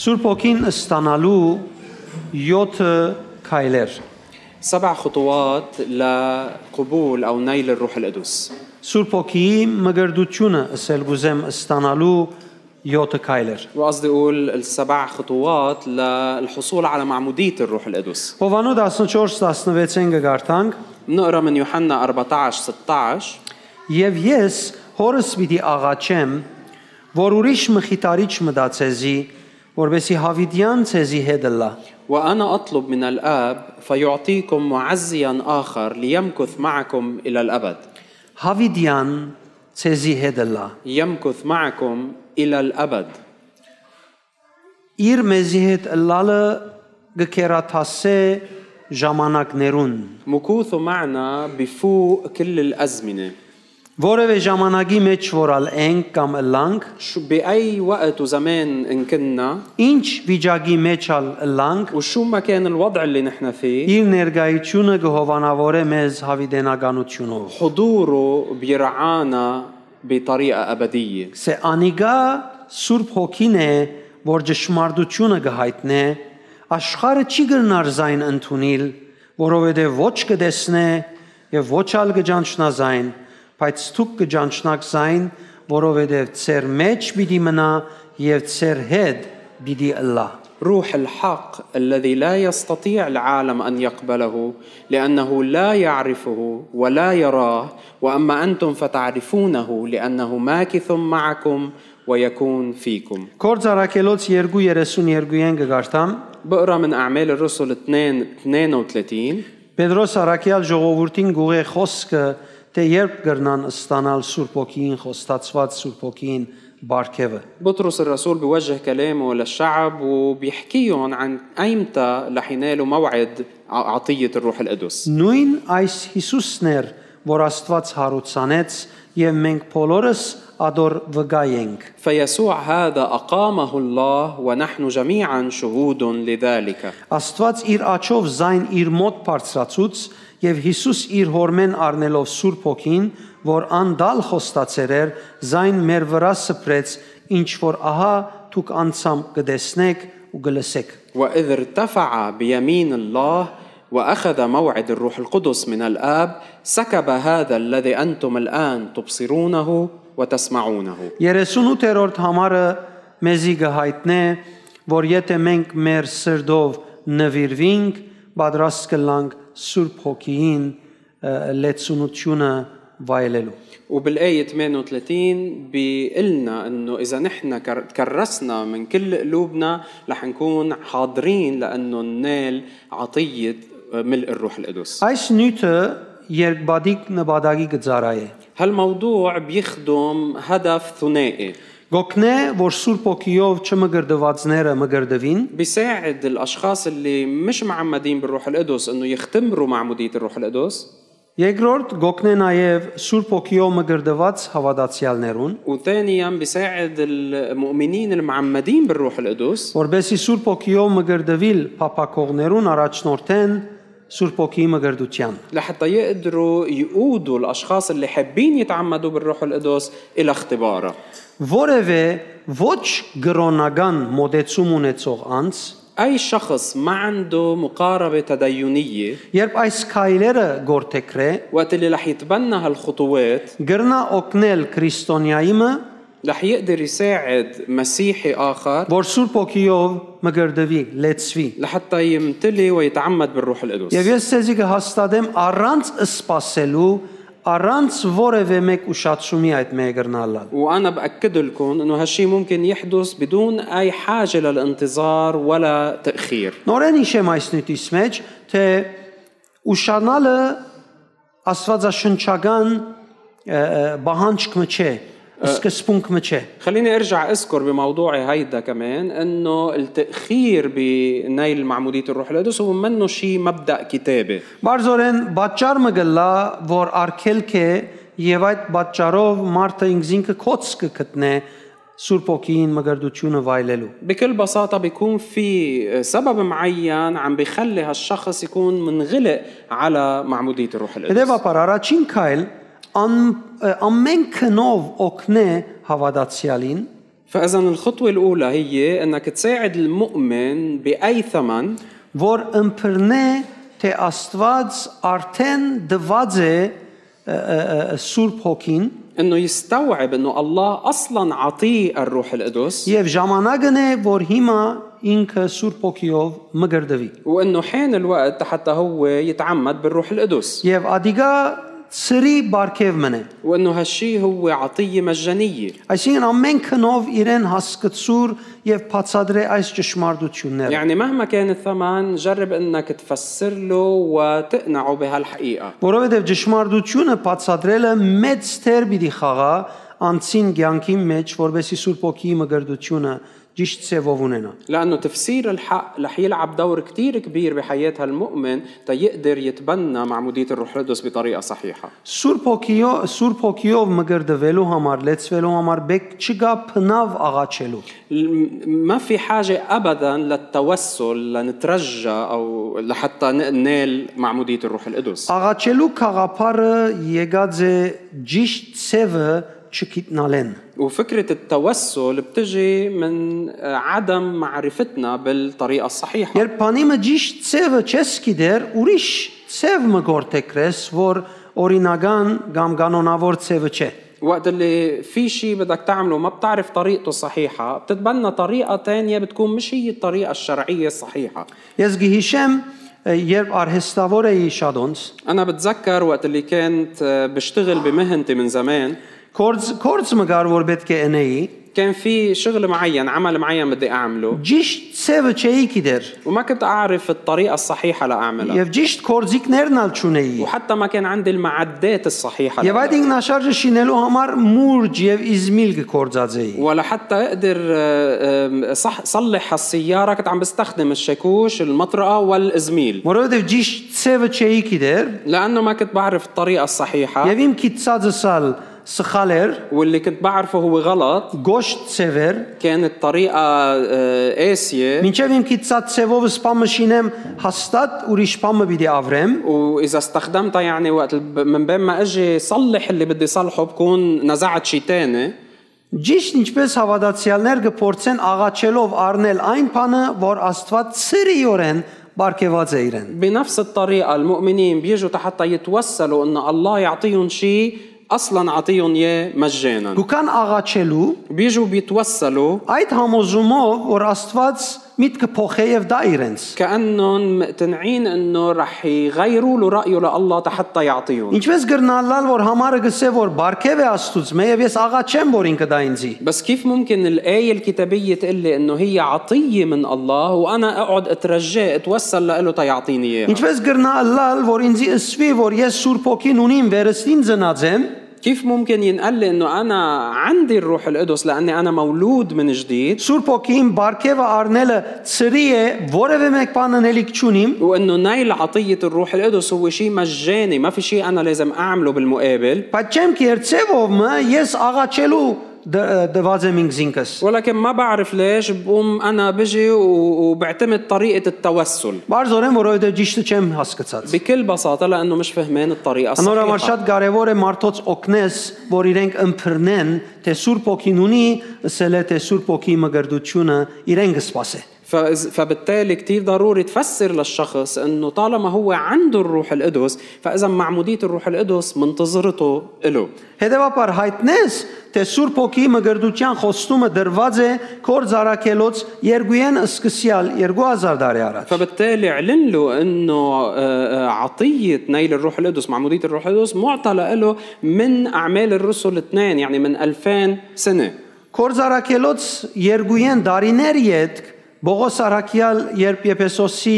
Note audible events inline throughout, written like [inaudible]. Սուրբ ոգին ստանալու 7 քայլեր։ سبع خطوات لقبول أو نيل الروح القدس Սուրբ ոգիի մգրդությունը ասել գուզեմ ստանալու 7 քայլեր։ وقصدي أقول السبع خطوات للحصول على معمودية الروح القدس Հովանո 14:16-ին գարտանք نقرأ من يوحنا 14 16 Եվ ես հորս պիտի աղաչեմ, որ ուրիշ մխիթարիչ մտածեզի, որբեսի հավիտյան ցեզի հետ լա։ وأنا أطلب من الآب فيعطيكم معزيا آخر ليمكث معكم إلى الأبد Հավիտյան ցեզի հետ լա։ يمكث معكم إلى الأبد Իր մեզի հետ լալը գկերաթասե ժամանակներուն։ مكوثه معنا بفوق كل الأزمنة Որևէ ժամանակի մեջ որալ ենք կամ լանք, شو بأي وقت وزمان إن كنا ինչ վիճակի մեջալ լանք, وشو ما كان الوضع اللي نحن فيه իր ներկայությունը գհովանավորե մեզ հավիտենականությունով։ حضوره بيرعانا بطريقة أبدية Սե անիգա Սուրբ Հոգին է, որ ճշմարտությունը կհայտնե, աշխարը չի գրնար զայն ընդունիլ, որովհետև ոչ կդեսնե եւ ոչ ալ կճանչնա զայն, բայց ցուկ կճանչնակ զայն, որովհետև ծեր մեջ պիտի մնա եւ ծեր հետ պիտի ըլլա։ روح الحق الذي لا يستطيع العالم ان يقبله لانه لا يعرفه ولا يراه واما انتم فتعرفونه لانه ماكث معكم ويكون فيكم. Գործարակելոց 2:32-ին կգարտամ بقرا من اعمال الرسل 2 32 Պետրոս Արաքյալ ժողովրդին գուղե խոսքը, թե երբ կգրնան ստանալ Սուրբ Օքին խոստացված Սուրբ Օքին բարգևը։ بطرس الرسول بيوجه كلامه للشعب وبيحكيهم عن ايمتى رح ينالوا موعد ع- عطيه الروح القدس. Նույն այս Հիսուսն էր, որ Աստված հարուցանեց եւ մենք բոլորս ադոր վգայ ենք։ فيسوع هذا اقامه الله ونحن جميعا شهود لذلك. Աստված իր աչով զայն իր մոտ բարձրացուց եւ Հիսուս իր հորմեն առնելով Սուրբ Օքին, որ անդալ խոստացեր էր, զայն մեր վրա սփրեց, ինչ որ ահա դուք անցամ կդեսնեք ու գլսեք։ وإذ ارتفع بيمين الله وأخذ موعد الروح القدس من الآب سكب هذا الذي أنتم الآن تبصرونه وتسمعونه 38-րդ համարը մեզի գհայտնե, որ եթե մենք մեր սրդով նվիրվենք, պատրաստ կլանք Սուրբ Հոգին ը, լեցունությունը վայելելու։ وبالآية 38 بيقلنا إنه إذا نحن كر- تكرسنا من كل قلوبنا رح نكون حاضرين لأنه ننال عطية ملء الروح القدس Այս նյութը երկբադիկ նպատակի գծարայ է։ هالموضوع بيخدم هدف ثنائي Գոքնե, որ Սուրբ Հոգիով չմգրդվածները մգրդվին, بيساعد الاشخاص اللي مش معمدين بالروح القدس انه يختمروا معموديه الروح القدس երկրորդ գոքնե նաև Սուրբ Հոգիով մգրդված հավատացյալներուն, وثانيا بيساعد المؤمنين المعمدين بالروح القدس որբեսի Սուրբ Օքիով մգրդվիլ փապակողներուն առաջնորդեն Սուրբ Օքիի մգրդության։ لحتى يقدروا يقودوا الاشخاص اللي حابين يتعمدوا بالروح القدس الى اختباره Որևէ ոչ գրոնական մոդեցում ունեցող անձ, اي شخص ما عنده مقاربه تدينيه երբ այս քայլերը գործեքրե, وقت اللي رح يتبنى هالخطوات գրնա օգնել քրիստոնյայիմը, رح يقدر يساعد مسيحي اخر որ Սուրբ Օքիով մգրդվի, լեցվի։ لحتى يمتلي ويتعمد بالروح القدس Եվ ես ցեզի կհաստատեմ առանց սпасելու, առանց որևէ մեկ ուշացումի այդ մեգրնալալ։ وانا باكد لكم انه هالشي ممكن يحدث بدون اي حاجه للانتظار ولا تاخير Նորեն հիշեմ այս նյութից մեջ, թե ուշանալը աստվածաշնչական ը, ը, բահանջքը չէ, սկզբունքը չէ։ خليني ارجع اذكر بموضوعي هيدا كمان انه التاخير بنيل معموديه الروح القدس هو منه شيء مبدا كتابي Բարձորեն պատճառը գլա, որ արքելք է եւ այդ պատճառով մարդը ինքզինքը կոց կգտնե Սուրբ ոգին մգրդությունը վայելելու։ بكل بساطة بيكون في سبب معين عم بيخلي هالشخص يكون منغلق على معمودية الروح القدس Հետևաբար առաջին քայլ ան- ամեն քնով օգնե հավատացյալին فإذا الخطوة الأولى هي أنك تساعد المؤمن بأي ثمن որ ըմբռնե թե Աստված արդեն դված է ը, ը, ը, Սուրբ Հոգին أنه يستوعب أنه الله أصلا عطيه الروح القدس եւ ժամանակն է որ հիմա ինքը Սուրբ Հոգիով մգրդվի وأنه حان الوقت حتى هو يتعمد بالروح القدس եւ ադիգա սրի բարգև մնե وأنه هالشي هو عطية مجانية այսինքն ամեն քնով իրեն հասկացուր եւ բացադրե այս ճշմարտությունները يعني مهما كان الثمن جرب أنك تفسر له وتقنعه بهالحقيقة Որովհետև ճշմարտությունը բացատրելը մեծ թեր պիտի խաղա անցին ցանկի մեջ, որովհետև Սուրբ Օքի մգրդությունը ճիշտ ծևով ունենա։ لأنه تفسير الحق رح يلعب دور كتير كبير بحياة هالمؤمن تيقدر يتبنى معمودية الروح القدس بطريقة صحيحة Սուրբ Օքիով Սուրբ Օքիով մգրդվելու համար, լեցվելու համար բեք չկա փնավ աղաչելու։ الم- ما في حاجة أبدا للتوسل لنترجى أو لحتى ننال معمودية الروح القدس Աղաչելու խաղապարը եկած է ճիշտ ծևը չգիտնալեն։ وفكرة التوسل بتجي من آه، عدم معرفتنا بالطريقة الصحيحة Երբ բանիմը ճիշտ ծևը չես գիտեր, ուրիշ ծև մը գործեքրես, որ օրինական կամ կանոնավոր ծևը չէ։ وقت اللي في شيء بدك تعمله ما بتعرف طريقته صحيحة بتتبنى طريقة تانية بتكون مش هي الطريقة الشرعية الصحيحة Ես գիհիշեմ, երբ արհեստավոր էի շադոնց, أنا بتذكر وقت اللي كنت آه، بشتغل بمهنتي من زمان կորց կորց մգար որ պետք է ընեի, كان في شغل معين عمل معين بدي أعمله ճիշտ ծևը չէի գիտեր وما كنت أعرف الطريقة الصحيحة لأعملها եւ ճիշտ կորձիկներն ալ չունեի։ وحتى ما كان عندي المعدات الصحيحة Եվ այդ لها. ինքնաշարժը շինելու համար մուրջ եւ իզմիլ կորձած էի։ ولا حتى أقدر آه، آم، صح صلح السيارة كنت عم بستخدم الشاكوش المطرقة والإزميل Որովհետեւ ճիշտ ծևը չէի գիտեր لأنه ما كنت بعرف الطريقة الصحيحة եւ իմ քիծածը սալ սխալ էր, واللي كنت بعرفه هو غلط գոշտ ծև էր, كانت طريقة آه، قاسية մինչեւ իմ քիծած ծևով սպամը շինեմ, հաստատ ուրիշ բամը պիտի ավրեմ։ وإذا استخدمتها يعني وقت الب- من بين ما أجي صلح اللي بدي صلحه بكون نزعت شي تاني Ճիշտ ինչպես հավատացյալներ կփորձեն աղաչելով առնել այն բանը, որ Աստված սերիորեն բարգեված է իրեն։ بنفس الطريقة المؤمنين بيجوا حتى يتوسلوا أن الله يعطيهم شيء أصلا عطيهم إياه مجانا Դուքան աղաչելու بيجوا بيتوسلوا այդ համոզումով, որ Աստված միտքը փոխե եւ դա իրենց։ كأنهم مقتنعين أنه رح يغيروا له رأيه لله حتى يعطيهم Ինչպես գրնալալ, որ համարը գսե որ բարգև է Աստուծո, մե եւ ես աղաչեմ, որ ինքը դա ինձի։ بس كيف ممكن الآية الكتابية تقول لي أنه هي عطية من الله وأنا أقعد أترجاه أتوسل له تيعطيني إياها Ինչպես գրնալալ, որ ինձի ըսվի, որ ես Սուրբ Օքին ունիմ վերստին ծնածեմ, كيف ممكن ينقال لي أنه أنا عندي الروح القدس لأني أنا مولود من جديد Սուրբ Օքին բարգևը առնելը ծրի է, որևէ մեկ բան անելիք չունիմ, وانه نيل عطيه الروح القدس هو شيء مجاني ما في شيء انا لازم اعمله بالمقابل Բայց չեմ կերծեվում, ես աղաչելու դ- դված եմ ինձ ինքս։ ولكن ما بعرف ليش بقوم انا بجي و- وبعتمد طريقه التوسل Բարձորեն, որովհետև ճիշտը չեմ հասկացած։ بكل بساطه لانه مش فهمان الطريقه Անորոշ الصحيحه շատ կարևոր է մարդոց օգնես, որ իրենք ըմբռնեն, թե Սուրբ Օքին ունի, ասել է թե Սուրբ Օքի մգրդությունը իրենք սпасե։ فإذ- فبالتالي كتير ضروري تفسر للشخص انه طالما هو عنده الروح القدس فاذا معموديه الروح القدس منتظرته له Հետևաբար հայտնես, թե Սուրբ Օքի մգրդության խոստումը դրված է կոր զարակելոց երկուեն սկսյալ 2000 տարի առաջ։ فبالتالي علن له انه آه، آه، عطيه نيل الروح القدس معموديه الروح القدس معطى له من اعمال الرسل اثنين يعني من 2000 سنه Կոր զարակելոց երկուեն դարիներ յետք Բողոս Արաքյալ երբ Եփեսոսի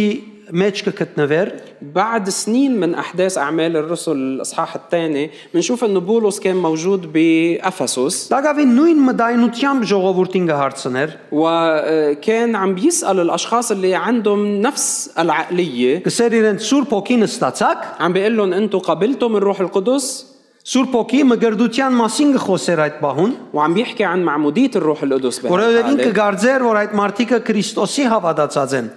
մեջ կգտնվեր بعد سنين من احداث اعمال الرسل الاصحاح الثاني بنشوف انه بولس كان موجود بافسس Դագավին նույն մտայնությամբ ժողովրդին կհարցներ وكان عم بيسال الاشخاص اللي عندهم نفس العقليه կսեր իրենց Սուրբ Օքին ստացակ عم بيقول لهم انتم قبلتم الروح القدس Սուրբ Օքի մգրդության մասին կխոսեր այդ պահուն وعم بيحكي عن معموديه الروح القدس بهالحالة. որովհետև ինքը գարձեր որ այդ մարդիկը Քրիստոսի հավատացած են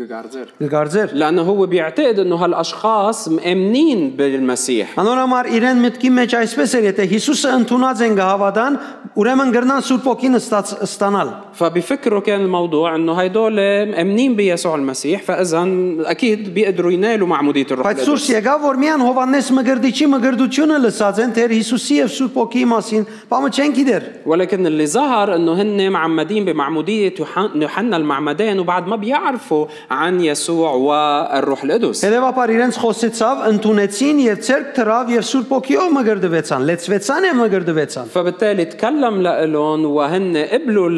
جارزر Գկարձեր։ لأنه هو بيعتقد أنه هالأشخاص مأمنين بالمسيح Անորոմար իրեն մտքի մեջ այսպես էր, եթե Հիսուսը ընդունած են գհավատան, ուրեմն գրնան Սուրբ Օքին ստաց- ստանալ։ فبفكروا كان الموضوع أنه هيدول مأمنين بيسوع المسيح فإذا أكيد بيقدروا ينالوا معمودية الروح Բայց القدس Սուրս եկավ, որ միան Հովանես Մգրդիչի մգրդությունը լսած են թեր Հիսուսի եւ Սուրբ Օքիի մասին, բամը չեն գիտեր։ ولكن اللي ظهر انه هن معمدين بمعموديه يوحنا- يوحنا المعمدان وبعد ما بيعرفوا عن يسوع والروح القدس Հետևաբար իրենց խոսեցավ, ընդունեցին եւ ցերկ թրավ եւ Սուրբ Օքիով մգրդվեցան, լեցվեցան եւ մգրդվեցան։ فبالتالي تكلم لإلهم وهن قبلوا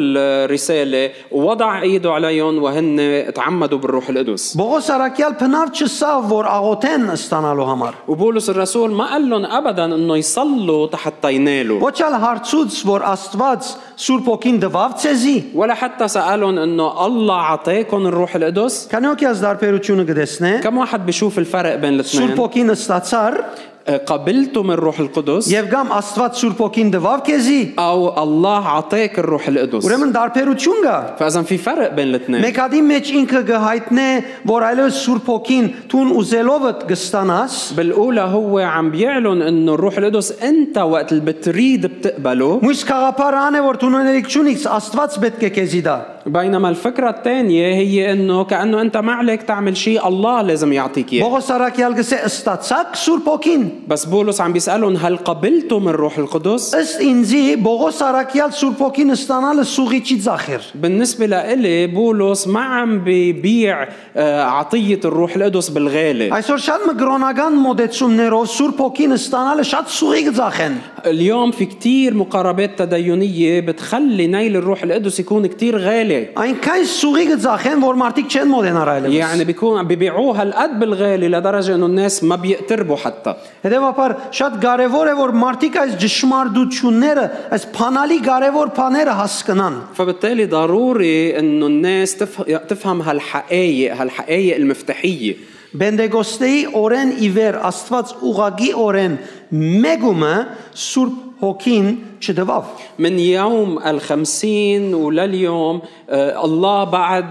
الرسالة ووضع ايده عليهم وهن تعمدوا بالروح القدس Բողոս Արաքյալ փնավ չսավ, որ աղոթեն ստանալու համար։ وبولس الرسول ما قال لهم ابدا انه يصلوا حتى ينالوا Ոչ al հարցուց, որ Աստված Սուրբ Օքին դվավ ցեզի։ ولا حتى سالهم انه الله عطاكم الروح القدس Քանի օքի ազ դարբերությունը գտեսնե։ كم واحد بيشوف الفرق بين Սուրբ الاثنين آه، Օքին ստացար قبلتم الروح القدس եւ կամ Աստված Սուրբ Օքին դվավ քեզի։ او الله عطاك الروح القدس Ուրեմն դարբերություն կա։ فاذا في فرق بين الاثنين Մեկադի մեջ ինքը գհայտնե, որ այլոց Սուրբ Օքին տուն ուզելովդ կստանաս։ بالاولى هو عم بيعلن انه الروح القدس انت وقت اللي بتريد بتقبله Մույս խաղապարը ան է որ տունելիք չունիքս Աստված պետք է քեզի դա։ بينما الفكره الثانيه هي انه كانه انت ما عليك تعمل شيء الله لازم يعطيك اياه Բողոս Արաքյալ գսե ստացակ Սուրբ Օքին։ بس بولس عم بيسالهم هل قبلتم الروح القدس Ըստ ինձի Բողոս Արաքյալ Սուրբ Օքին ստանալը սուղիչի ծախեր։ بالنسبة لإلي بولس ما عم ببيع آه، عطية الروح القدس بالغالي Այսօր շատ մգրոնական մոդեցումներով Սուրբ Օքին ստանալը շատ սուղիկ ծախ են։ اليوم في كتير مقاربات تدينية بتخلي نيل الروح القدس يكون كتير غالي Այնքան սուղիկ ծախ են, որ մարդիկ չեն մոդենար يعني այլևս։ بيكون عم ببيعوها هالقد بالغالي لدرجة انه الناس ما بيقتربوا حتى Հետևաբար շատ կարևոր է որ մարդիկ այս ճշմարտությունները, այս փանալի կարևոր բաները հասկանան։ فبالتالي ضروري انه الناس تف- تفهم هالحقائق هالحقائق المفتاحية Բենդեգոստեի օրեն ի վեր Աստված ուղագի օրեն մեգումը Սուրբ Հոգին չդվավ։ من يوم الخمسين ولليوم آه، الله بعد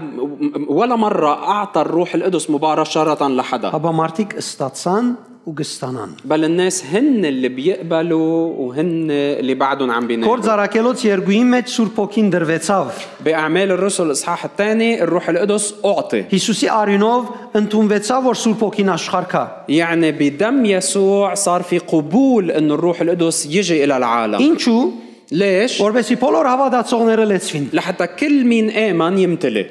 ولا مرة أعطى الروح القدس مباشرة لحدا Հաբա մարդիկ ստացան ու գստանան։ بل الناس هن اللي بيقبلوا وهن اللي بعدهم عم بينالوا Գործ արակելոց երկուի մեջ Սուրբ Հոգին դրվեցավ։ بأعمال الرسل الإصحاح الثاني الروح القدس أعطي Հիսուսի արյունով ընդունվեցավ որ Սուրբ Հոգին աշխարհքա։ يعني بدم يسوع صار في قبول أن الروح القدس يجي إلى العالم Ինչու? ليش؟ Որովհետեւ բոլոր հավատացողները լեցվին։ لحتى كل مين آمن يمتلئ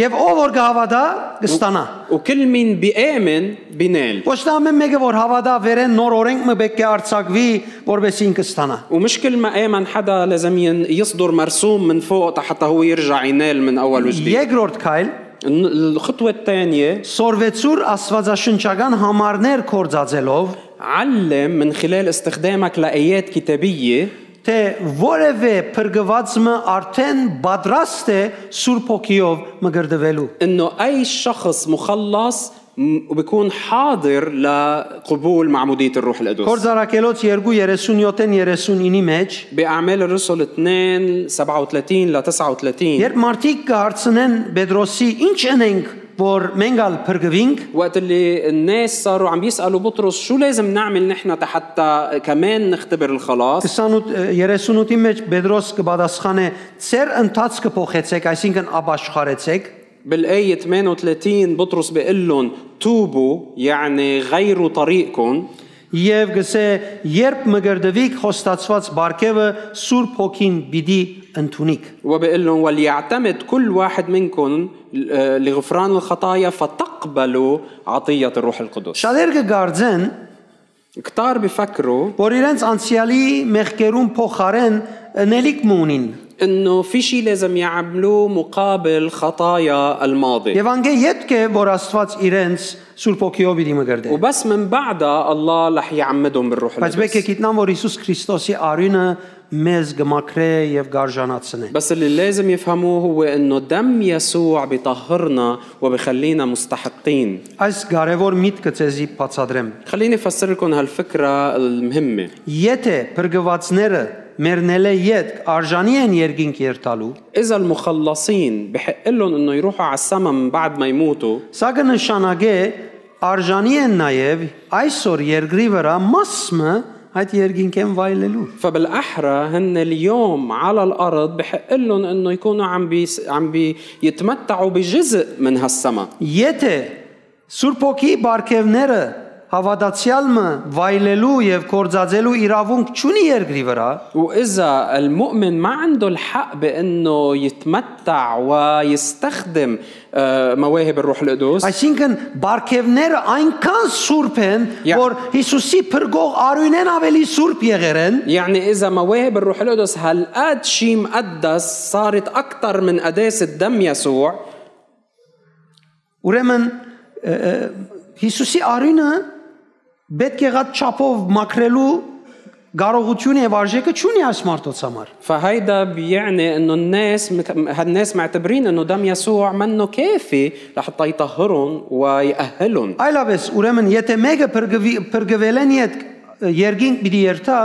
Եվ ով որ գհավատա, կստանա։ وكل مين بيآمن بينال Ոչ թե ամեն մեկը որ հավատա վերեն նոր օրենք մը պետք է արྩակվի, որովհետեւ ինքը ստանա։ ومش كل ما آمن حدا لازم ين- يصدر مرسوم من فوق حتى هو يرجع ينال من أول وجديد Երկրորդ քայլ՝ الن- الخطوة الثانية սորվեցուր աստվածաշնչական համարներ կորցածելով, علم من خلال استخدامك لآيات كتابية թե որևէ փրկվածը արդեն պատրաստ է Սուրբ Հոգիով մգրդվելու։ إنه أي شخص مخلص م- وبكون حاضر لقبول معمودية الروح القدس Կորզարակելոց 2:37-ն 39-ի մեջ بأعمال الرسل 2 37 ل 39 երբ մարդիկ կհարցնեն Պետրոսի, ինչ ընենք, որ մենքալ փրկվինք, وقت اللي الناس صاروا عم يسألوا بطرس شو لازم نعمل نحن حتى كمان نختبر الخلاص 38-38-ի մեջ Պետրոս կպատասխանե՝ «Ձեր ընթացքը փոխեցեք, այսինքն ապաշխարեցեք, بالآية 38 بطرس بيقول لهم توبوا يعني غيروا طريقكم եւ գսե երբ մգրդվիք հոստացված բարգեւը Սուրբ Հոգին պիտի ընդունիք»։ وبيقول لهم وليعتمد كل واحد منكم آه، لغفران الخطايا فتقبلوا عطية الروح القدس Շատեր կգարձեն, كتار بفكروا որ իրենց անցյալի մեղքերուն փոխարեն ընելիք մունին انه في شيء لازم يعملوه مقابل خطايا الماضي եւ անգե յետք է որ Աստված իրենց Սուրբ Հոգիով պիտի մգրդե։ وبس من بعدها الله رح يعمدهم بالروح Բայց պետք է القدس գիտնան, որ Հիսուս Քրիստոսի արյունը մեզ գմակրե եւ գարժանացնե։ بس اللي لازم يفهموه هو انه دم يسوع بيطهرنا وبخلينا مستحقين Այս կարևոր միտքը ցեզի բացադրեմ։ خليني افسر لكم هالفكره المهمه Եթե բրգվածները մերնել է յետք արժանի են երկինք երթալու إذا المخلصين بحق لهم إنه يروحوا على السما من بعد ما يموتوا սա կնշանակե արժանի են նաև այսօր երկրի վրա մասը այդ երկինքեն վայելելու فبالأحرى هن اليوم على الأرض بحق لهم إنه يكونوا عم بيس عم بيتمتعوا بجزء من هالسما Եթե Սուրբ ոգի բարգևները հավատացյալը վայելելու եւ կործածելու իրավունք չունի երկրի վրա, وإذا المؤمن ما عنده الحق بأنه يتمتع ويستخدم آه، مواهب الروح القدس այսինքն բարգևները այնքան սուրբ են, Յա. որ Հիսուսի փրկող արույնեն ավելի սուրբ եղեր են, يعني إذا مواهب الروح القدس هالقد شيء مقدس صارت أكثر من قداسة دم يسوع ուրեմն ը, ը, Հիսուսի արույնը պետք եղած չափով մաքրելու կարողություն եւ արժեքը չունի այս մարդոց համար։ فهيدا بيعني انه الناس مت- هالناس معتبرين انه دم يسوع منه كافي لحتى يطهرهم ويأهلهم Այլապես ուրեմն եթե մեկը փրկվի փրկվելեն իդ երգին պիտի երթա,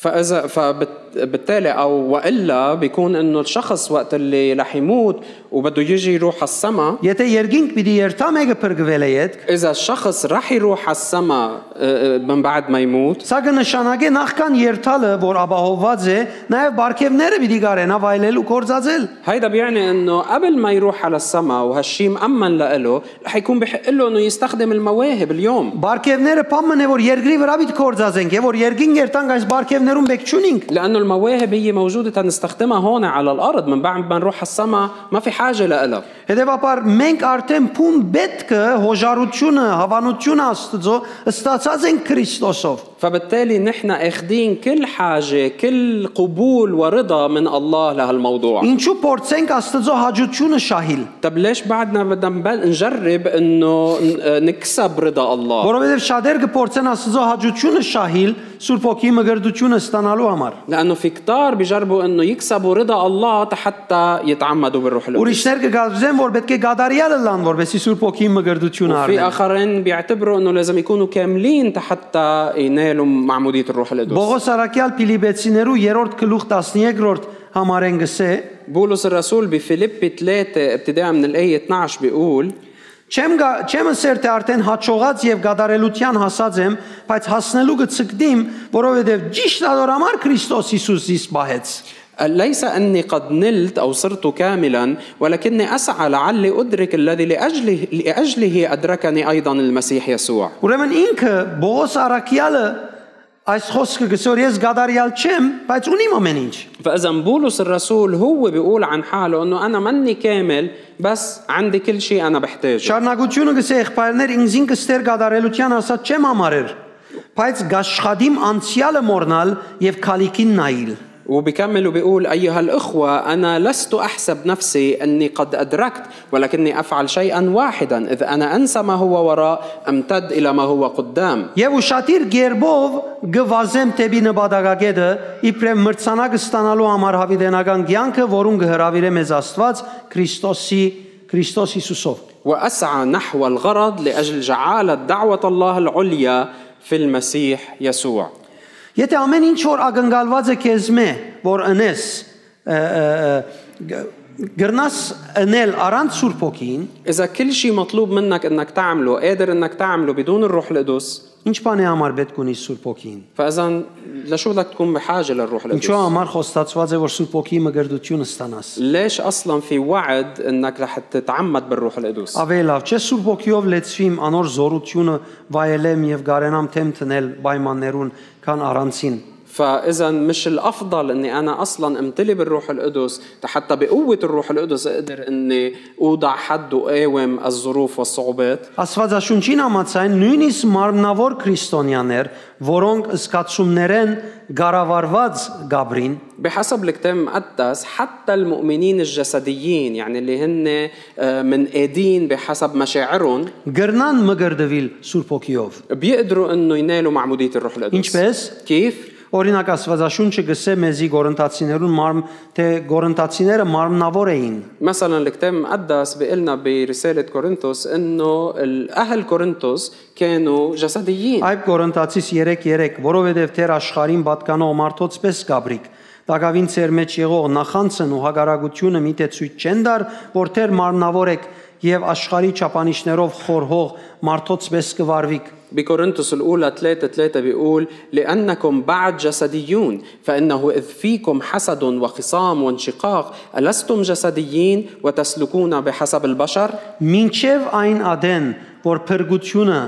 فاذا فبالتالي او والا بيكون انه الشخص وقت اللي رح يموت وبده يجي يروح على السما Եթե երկինք պիտի երթա մեկը փրկվել է յետք, اذا الشخص رح يروح على السما آه، آه، من بعد ما يموت սա կնշանակե նախքան երթալը, որ ապահովված է, նաև բարգևները պիտի կարենա վայելել ու կործածել։ هيدا بيعني انه قبل ما يروح على السما وهالشي مأمن لإله رح يكون بحق له انه يستخدم المواهب اليوم Բարգևները բամն է, որ երկրի վրա պիտի կործածենք, եւ որ երկինք երթանք այս բարգևներում բեք չունինք։ لانه المواهب هي موجوده تنستخدمها هون على الارض من بعد ما نروح على السما ما في حاجه لها Հետևաբար մենք արդեն փում պետքը հոժարությունը, հավանությունը Աստծո ստացած են Քրիստոսով։ فبالتالي نحن اخذين كل حاجه كل قبول ورضا من الله لهالموضوع Ինչու փորձենք Աստծո հաջությունը շահիլ, طب ليش بعدنا بدنا نبل- نجرب انه ن- آه، نكسب رضا الله որովհետեւ շատեր կփորձեն Աստծո հաջությունը շահիլ Սուրբ ոգի մգրդությունը ստանալու համար։ لانه في كتار بيجربوا انه يكسبوا رضا الله حتى يتعمدوا بالروح القدس Ուրիշներ կգազեն, որ պետք է գադարյալը լան, որովհետեւ Սուրբ ոգի մգրդությունը في արնեն։ اخرين بيعتبروا انه لازم يكونوا كاملين حتى ينالوا معموديه الروح القدس Բողոս Արաքյալ Փիլիպեցիներու 3-րդ գլուխ 13-րդ համարեն գսե. بولس الرسول بفيليب 3 ابتداء من الآية 12 بيقول Չեմ գա, չեմ ասեր թե արդեն հաջողած եւ գադարելության հասած եմ, բայց հասնելու գցկդիմ, որովհետեւ ճիշտ ադոր համար Քրիստոս Հիսուսիս բահեց։ قال ليس أني قد نلت أو صرت كاملا ولكني أسعى لعلي أدرك الذي لأجله, لأجله أدركني أيضا المسيح يسوع Ուրեմն ինքը Բողոս Արաքյալը այս խոսքը գսոր ես գադարյալ չեմ, բայց ունիմ ամեն ինչ։ فإذا بولس الرسول هو بيقول عن حاله أنه أنا مني كامل بس عندي كل شيء أنا بحتاجه Շարունակությունը գսե եղբայրներ ինձ ինքս ստեր գադարելության ասած չեմ համարեր, բայց գաշխադիմ անցյալը մորնալ եւ քալիքին նայիլ։ وبكمل وبيقول أيها الأخوة أنا لست أحسب نفسي أني قد أدركت ولكني أفعل شيئا واحدا إذ أنا أنسى ما هو وراء أمتد إلى ما هو قدام Եվ ուշադիր ģերբով գվազեմ տեբի նպատակագետը, իբրև մրցանակ ստանալու համար հավիտենական ցանկը, որուն կհրավիրե մեզ Աստված Քրիստոսի Քրիստոս Հիսուսով։ وأسعى نحو الغرض لأجل جعالة دعوة الله العليا في المسيح يسوع Եթե ամեն ինչ որ ակնկալված է քեզ մե, որ ընես ը, ը, ը, գ- գրնաս ընել առանց Սուրբ ոգին, إذا كل شيء مطلوب منك أنك تعمله قادر أنك تعمله بدون الروح القدس ինչ բան է համար պետք ունի Սուրբ ոգին։ فإذا لشو بدك تكون بحاجة للروح Ինչու القدس համար խոստացված է որ Սուրբ ոգի մգրդությունը ստանաս։ ليش أصلا في وعد أنك رح تتعمد بالروح القدس Ավելի լավ, չէ Սուրբ ոգիով լեցվիմ անոր զորությունը վայելեմ եւ գարենամ թեմ տնել պայմաններուն քան առանցին։ فإذا مش الأفضل أني أنا أصلا أمتلي بالروح القدس حتى بقوة الروح القدس أقدر أني أوضع حد وأقاوم الظروف والصعوبات Աստվածաշունչին համաձայն նույնիսկ մարմնավոր քրիստոնյաներ, որոնք սկացումներեն գարավարված Գաբրին, بحسب الكتاب المقدس حتى المؤمنين الجسديين يعني اللي هن آه، منقادين بحسب مشاعرهم գրնան մգրդվել Սուրբ ոգիով։ بيقدروا انه ينالوا معموديه الروح القدس Ինչպես كيف օրինակ Աստվածաշունչը գսե մեզի Գորընթացիներուն մարմ թե Գորընթացիները մարմնավոր էին։ مثلا الكتاب المقدس بيقلنا برسالة كورنثوس انه ال- اهل كورنثوس كانوا جسديين Այդ Գորընթացից 3:3, որովհետև Տեր աշխարհին պատկանող մարդոցպես գաբրիկ, Տակավին ծեր մեջ եղող նախանցն ու հագարագությունը միտե ցույց չեն դար, որ Տեր մարմնավոր եք եւ աշխարհի ճապանիշներով խորհող մարդոցպես կվարվիկ։ بكورنثوس الاولى 3 3 بيقول لانكم بعد جسديون فانه اذ فيكم حسد وخصام وانشقاق الستم جسديين وتسلكون بحسب البشر Մինչև այն ադեն, որ փրկությունը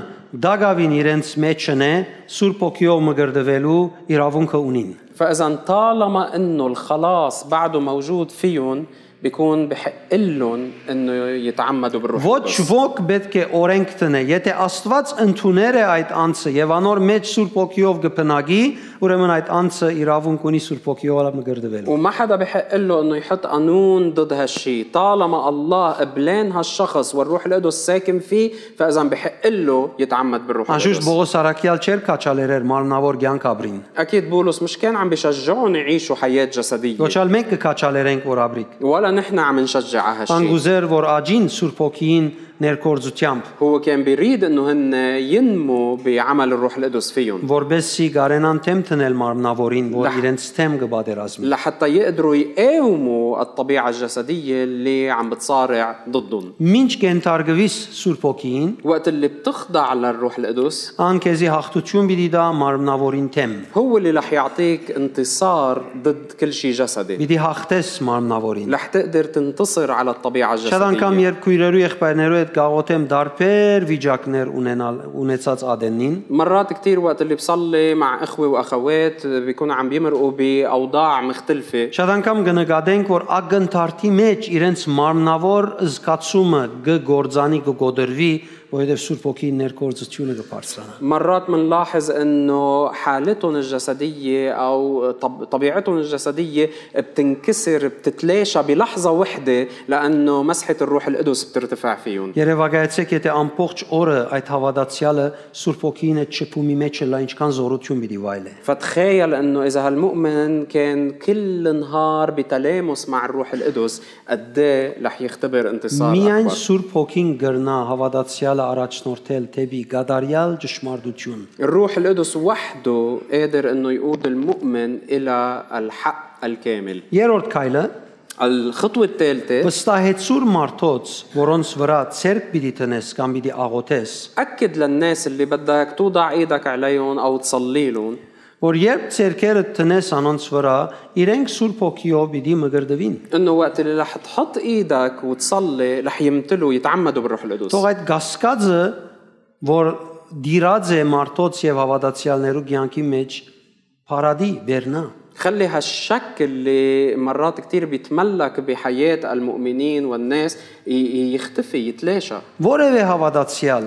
Դագավին իրենց մեջն է, Սուրբ ոգիով մգրդվելու իրավունքը ունին։ فاذا طالما انه الخلاص بعده موجود فيهم بيكون بحق لهم انه يتعمدوا بالروح القدس. Ոչ ոք պետք է օրենք տնե, եթե Աստված ընդուներ է այդ անձը եւ անոր մեջ Սուրբ ոգիով կփնագի, ուրեմն այդ անձը իրավունք ունի Սուրբ ոգիով մգրդվելու։ وما حدا بحق له انه يحط قانون ضد هالشي طالما الله قبلان هالشخص والروح القدس ساكن فيه فاذا بحق له يتعمد بالروح Անշուշտ القدس Բողոս Արաքյալ չեր քաչալերեր մարմնավոր ցանկ աբրին։ اكيد بولس مش كان عم بيشجعهم يعيشوا حياه جسديه Ոչալ մենք կքաչալերենք որ աբրիկ։ ولا نحن عم نشجع هالشي Անգուզեր որ աջին Սուրբ ոգիին ներկործությամբ هو كان بيريد انه هن ينمو بعمل الروح القدس فيهم որբեսի գարենան թեմ տնել մարմնավորին, որ Լա- իրենց թեմ կբادرազմի։ لحتى يقدروا يقاوموا الطبيعه الجسديه اللي عم بتصارع ضدهم Մինչ կենթարգվիս Սուրբ ոգին, وقت اللي بتخضع للروح القدس անկեզի հաղթություն պիտի դա մարմնավորին թեմ։ هو اللي رح يعطيك انتصار ضد كل شيء جسدي Պիտի հաղթես մարմնավորին։ رح تقدر تنتصر على الطبيعة Շատ անգամ الجسدية երբ քույրերու եղբայրներու հետ գաղութեմ դարբեր վիճակներ ունենալ ունեցած ադենին, مرات كتير وقت اللي بصلي مع إخوة وأخوات بيكونوا عم بيمرقوا بأوضاع مختلفة շատ անգամ կնկատենք, որ ագընթարթի մեջ իրենց մարմնավոր զգացումը կգործանի կգոդրվի, որովհետև Սուրբ ոգին ներկործությունը կբարձրանա։ مرات منلاحظ انه حالتهم الجسديه او طب طبيعتهم الجسديه بتنكسر بتتلاشى بلحظه وحده لانه مسحه الروح القدس بترتفع فيهم Երևակայեցեք, եթե ամբողջ օրը այդ հավատացյալը Սուրբ ոգին հետ շփումի մեջ է, լա ինչքան զորություն պիտի վայելե։ فتخيل انه اذا هالمؤمن كان كل نهار بتلامس مع الروح القدس قد ايه رح يختبر انتصار Միայն أكبر. Սուրբ ոգին գրնա հավատացյալը առաջնորդել թեպի գադարյալ ճշմարտություն։ الروح القدس وحده قادر انه يقود المؤمن الى الحق الكامل Երրորդ քայլը الخطوه الثالثه վստահեցուր մարդոց, որոնց վրա ցերկ պիտի տնես կամ պիտի աղոթես, اكد للناس اللي بدك توضع ايدك عليهم او تصلي لهم որ երբ ցերկերը տնես անոնց վրա, իրենք Սուրբ ոգիով պիտի մգրդվին։ انه وقت اللي رح تحط ايدك وتصلي رح يمتلوا يتعمدوا بالروح القدس Թող այդ գասկածը, որ դիրած է մարդոց եւ հավատացյալներու ցանկի մեջ, փարադի բեռնա։ خلي هالشك اللي مرات كتير بيتملك بحياة المؤمنين والناس ي- يختفي يتلاشى Որևէ հավատացյալ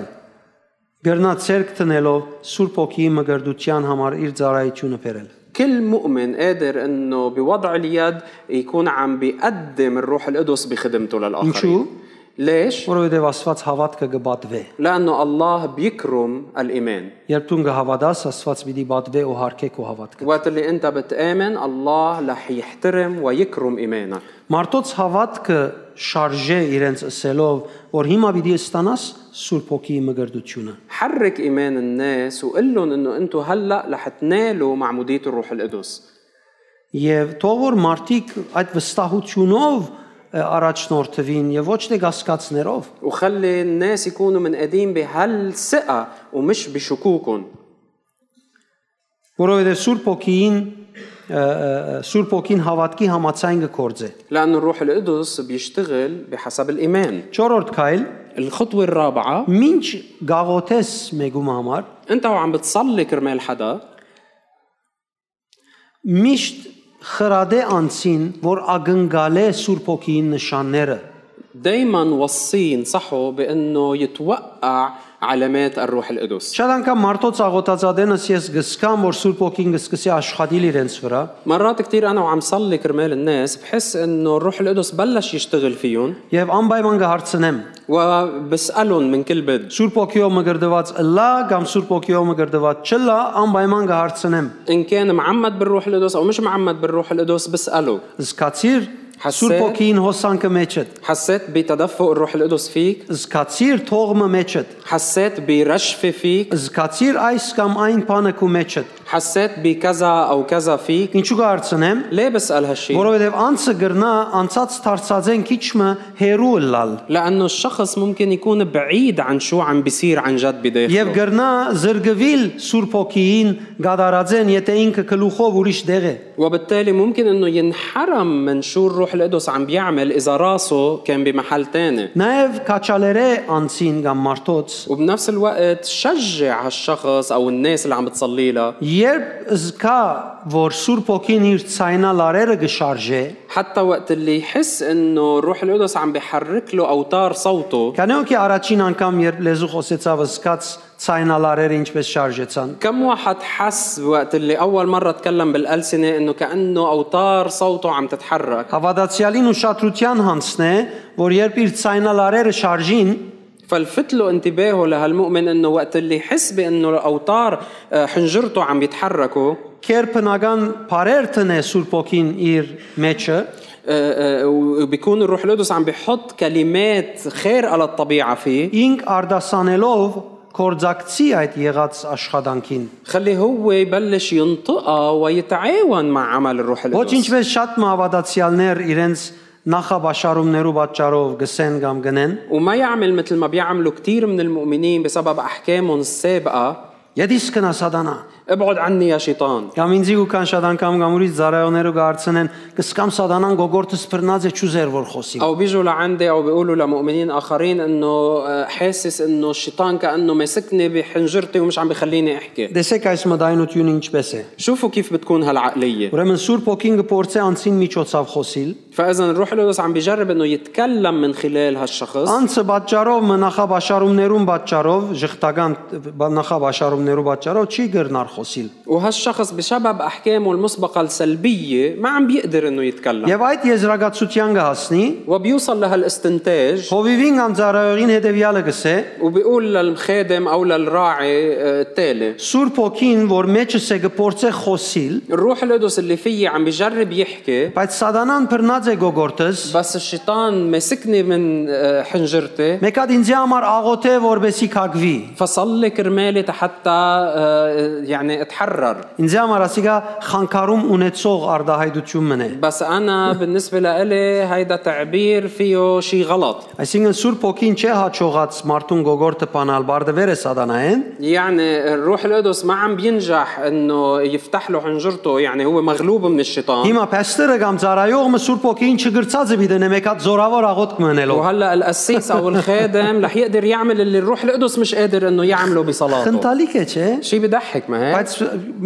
գրնա ցերկ տնելով Սուրբ ոգիի մգրդության համար իր ծառայությունը բերել։ كل مؤمن قادر انه بوضع اليد يكون عم بيقدم الروح القدس بخدمته شو؟ للاخرين ليش؟ Որովհետեւ Աստված հավատքը կբատվե։ لانه الله بيكرم الايمان Երբ դու կհավատաս, Աստված պիտի պատվե ու հարկեք ու հավատքը։ وقت اللي انت بتآمن الله رح يحترم ويكرم ايمانك Մարդոց հավատքը շարժե իրենց ասելով, որ հիմա պիտի ստանաս Սուրբ ոգիի մգրդությունը։ حرك ايمان الناس وقول لهم انه انتم هلا رح تنالوا معموديه الروح القدس Եվ թող որ մարդիկ այդ վստահությունով ը, առաջնորդվին եւ ոչ թե գասկածներով։ وخلي الناس يكونوا من قديم بهالثقه ومش بشكوكهم Որովհետեւ Սուրբ ոգին Սուրբ ոգին հավատքի համացայն կգործե։ لأن الروح القدس بيشتغل بحسب الإيمان Չորրորդ քայլ՝ الخطوة الرابعة ինչ գաղոթես մեգու համար أنت وعم بتصلي كرمال حدا միշտ խրադե անցին, որ ագնգալե Սուրբ ոգին նշանները։ دايما وصيه نصحه بأنه يتوقع علامات الروح القدس Շատ անգամ մարդոց աղոտածadենս ես գսկամ, որ Սուրբ Օքին գսկսի աշխատիլ իրենց վրա, مرات كثير انا وعم صلي كرمال الناس بحس انه الروح القدس بلش يشتغل فيهم եւ անպայման կհարցնեմ وبسالهم من كل بد Սուրբ Օքիով մգրդված լա կամ Սուրբ Օքիով մգրդված չլա, անպայման կհարցնեմ։ ان كان معمد بالروح القدس او مش معمد بالروح القدس بساله Զգացիր Հասե- Սուրբ Օքին հոսանքը մեջդ։ حسيت بتدفق الروح القدس فيك Զգացիր թողմը մեջդ։ حسيت برشفه فيك Զգացիր այս կամ այն բանը քու մեջդ։ حسيت بكذا او كذا فيك Ինչու կհարցնեմ։ ليه بسال هالشيء Որովհետև անցը գրնա անցած դարածածեն քիչը հերու է լալ։ لانه الشخص ممكن يكون بعيد عن شو عم بيصير عن جد Եվ بداخله գրնա զրգվել Սուրբ Օքին գադարածեն, եթե ինքը գլուխով ուրիշ դեղ է։ وبالتالي ممكن انه ينحرم من شو الروح القدس عم بيعمل اذا راسه كان بمحل تاني Նաև քաչալերե անցին կամ մարդոց։ وبنفس الوقت شجع هالشخص او الناس اللي عم بتصلي لها Երբ զգա, որ Սուրբ Օքին իր ցայնալարերը գշարժե, حتى وقت اللي يحس انه الروح القدس عم بحرك له اوتار صوته կանե օքի առաջին անգամ երբ լեզու խոսեցավ զգաց ցայնալարերը ինչպես շարժեցան։ كم واحد حس وقت اللي اول مره تكلم بالالسنه انه كانه اوتار صوته عم تتحرك Հավատացյալին ուշադրության հանցնե, որ երբ իր ցայնալարերը շարժին, فلفت له انتباهه لهالمؤمن انه وقت اللي يحس بانه الاوتار آه، حنجرته عم يتحركوا Կերպնական բարեր տնե Սուրբ ոգին իր մեջը آه، آه، وبيكون الروح القدس عم بيحط كلمات خير على الطبيعه فيه ինք արդասանելով կորձակցի այդ եղած աշխատանքին خلي هو يبلش ينطقها ويتعاون مع عمل الروح ոչ القدس ինչպես շատ մահավատացյալներ իրենց նախաբաշարումներու պատճառով գսեն կամ գնեն وما يعمل مثل ما بيعملوا كثير من المؤمنين بسبب احكامهم السابقه Եդիս կնասադանա ابعد عني يا شيطان կամ ինձի ու կան շատ անգամ կամ ուրիշ ծառայողներու գարցնեն կսկամ սադանան գողորտս բռնած է չուզեր որ խոսի او بيجوا لعندي او بيقولوا لمؤمنين اخرين انه آه، حاسس انه الشيطان كانه ماسكني بحنجرتي ومش عم بخليني احكي դեսեք այս մտայնությունը ինչպես է شوفوا كيف بتكون هالعقليه ուրեմն Սուրբ ոգին կփորձե անցին միջոցով խոսիլ فاذا الروح القدس عم بيجرب انه يتكلم من خلال هالشخص Անցը պատճառով մնախաբաշարումներուն պատճառով շղթական նախաբաշարումներու պատճառով չի գրնար խոսիլ։ وهالشخص بسبب احكامه المسبقه السلبيه ما عم بيقدر انه يتكلم Եվ այդ եզրակացության կհասնի وبيوصل لهالاستنتاج Հովիվին անձարայողին հետևյալը գսե وبيقول للخادم او للراعي آه، التالي Սուրբ ոգին, որ մեջս է գործե խոսիլ, الروح القدس اللي فيي عم بيجرب يحكي բայց սադանան բռնած է գողորտս, بس الشيطان ماسكني من آه، حنجرتي մեկ հատ ինձի համար աղոթե որբեսի քակվի։ فصلي كرمالي حتى آه، يعني اتحرر Ինձի համար ասիկա խանգարում ունեցող արդահայտություն մնե։ بس انا بالنسبه لإلي هيدا تعبير فيه شيء غلط Այսինքն Սուրբ ոգին չի հաջողած մարդուն գողորտը բանալ, բարդվերը սադանային, Հա։ يعني الروح القدس ما عم بينجح انه يفتح له حنجرته يعني هو مغلوب من الشيطان Հիմա пастերը կամ ծառայողը Սուրբ ոգին չգրծած է դնե մեկ հատ զորավոր աղոտք մնելով։ وهلا القسيس او الخادم رح يقدر يعمل اللي الروح القدس مش قادر انه يعمله بصلاته Խնդալիք է, չէ՞։ شيء بضحك ما هيك Բայց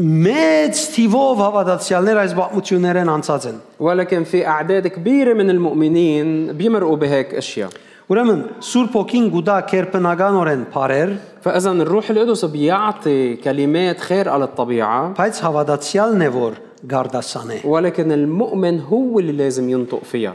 մեծ թիվով հավատացյալներ այս բաղմություններեն անցած են։ ولكن في اعداد كبيره من المؤمنين بيمرقوا بهيك اشياء Ուրեմն Սուրբ ոգին գուտա կերպնականորեն բարեր, فاذا الروح القدس بيعطي كلمات خير على الطبيعه բայց հավատացյալն է որ գարդասան է։ ولكن المؤمن هو اللي لازم ينطق فيها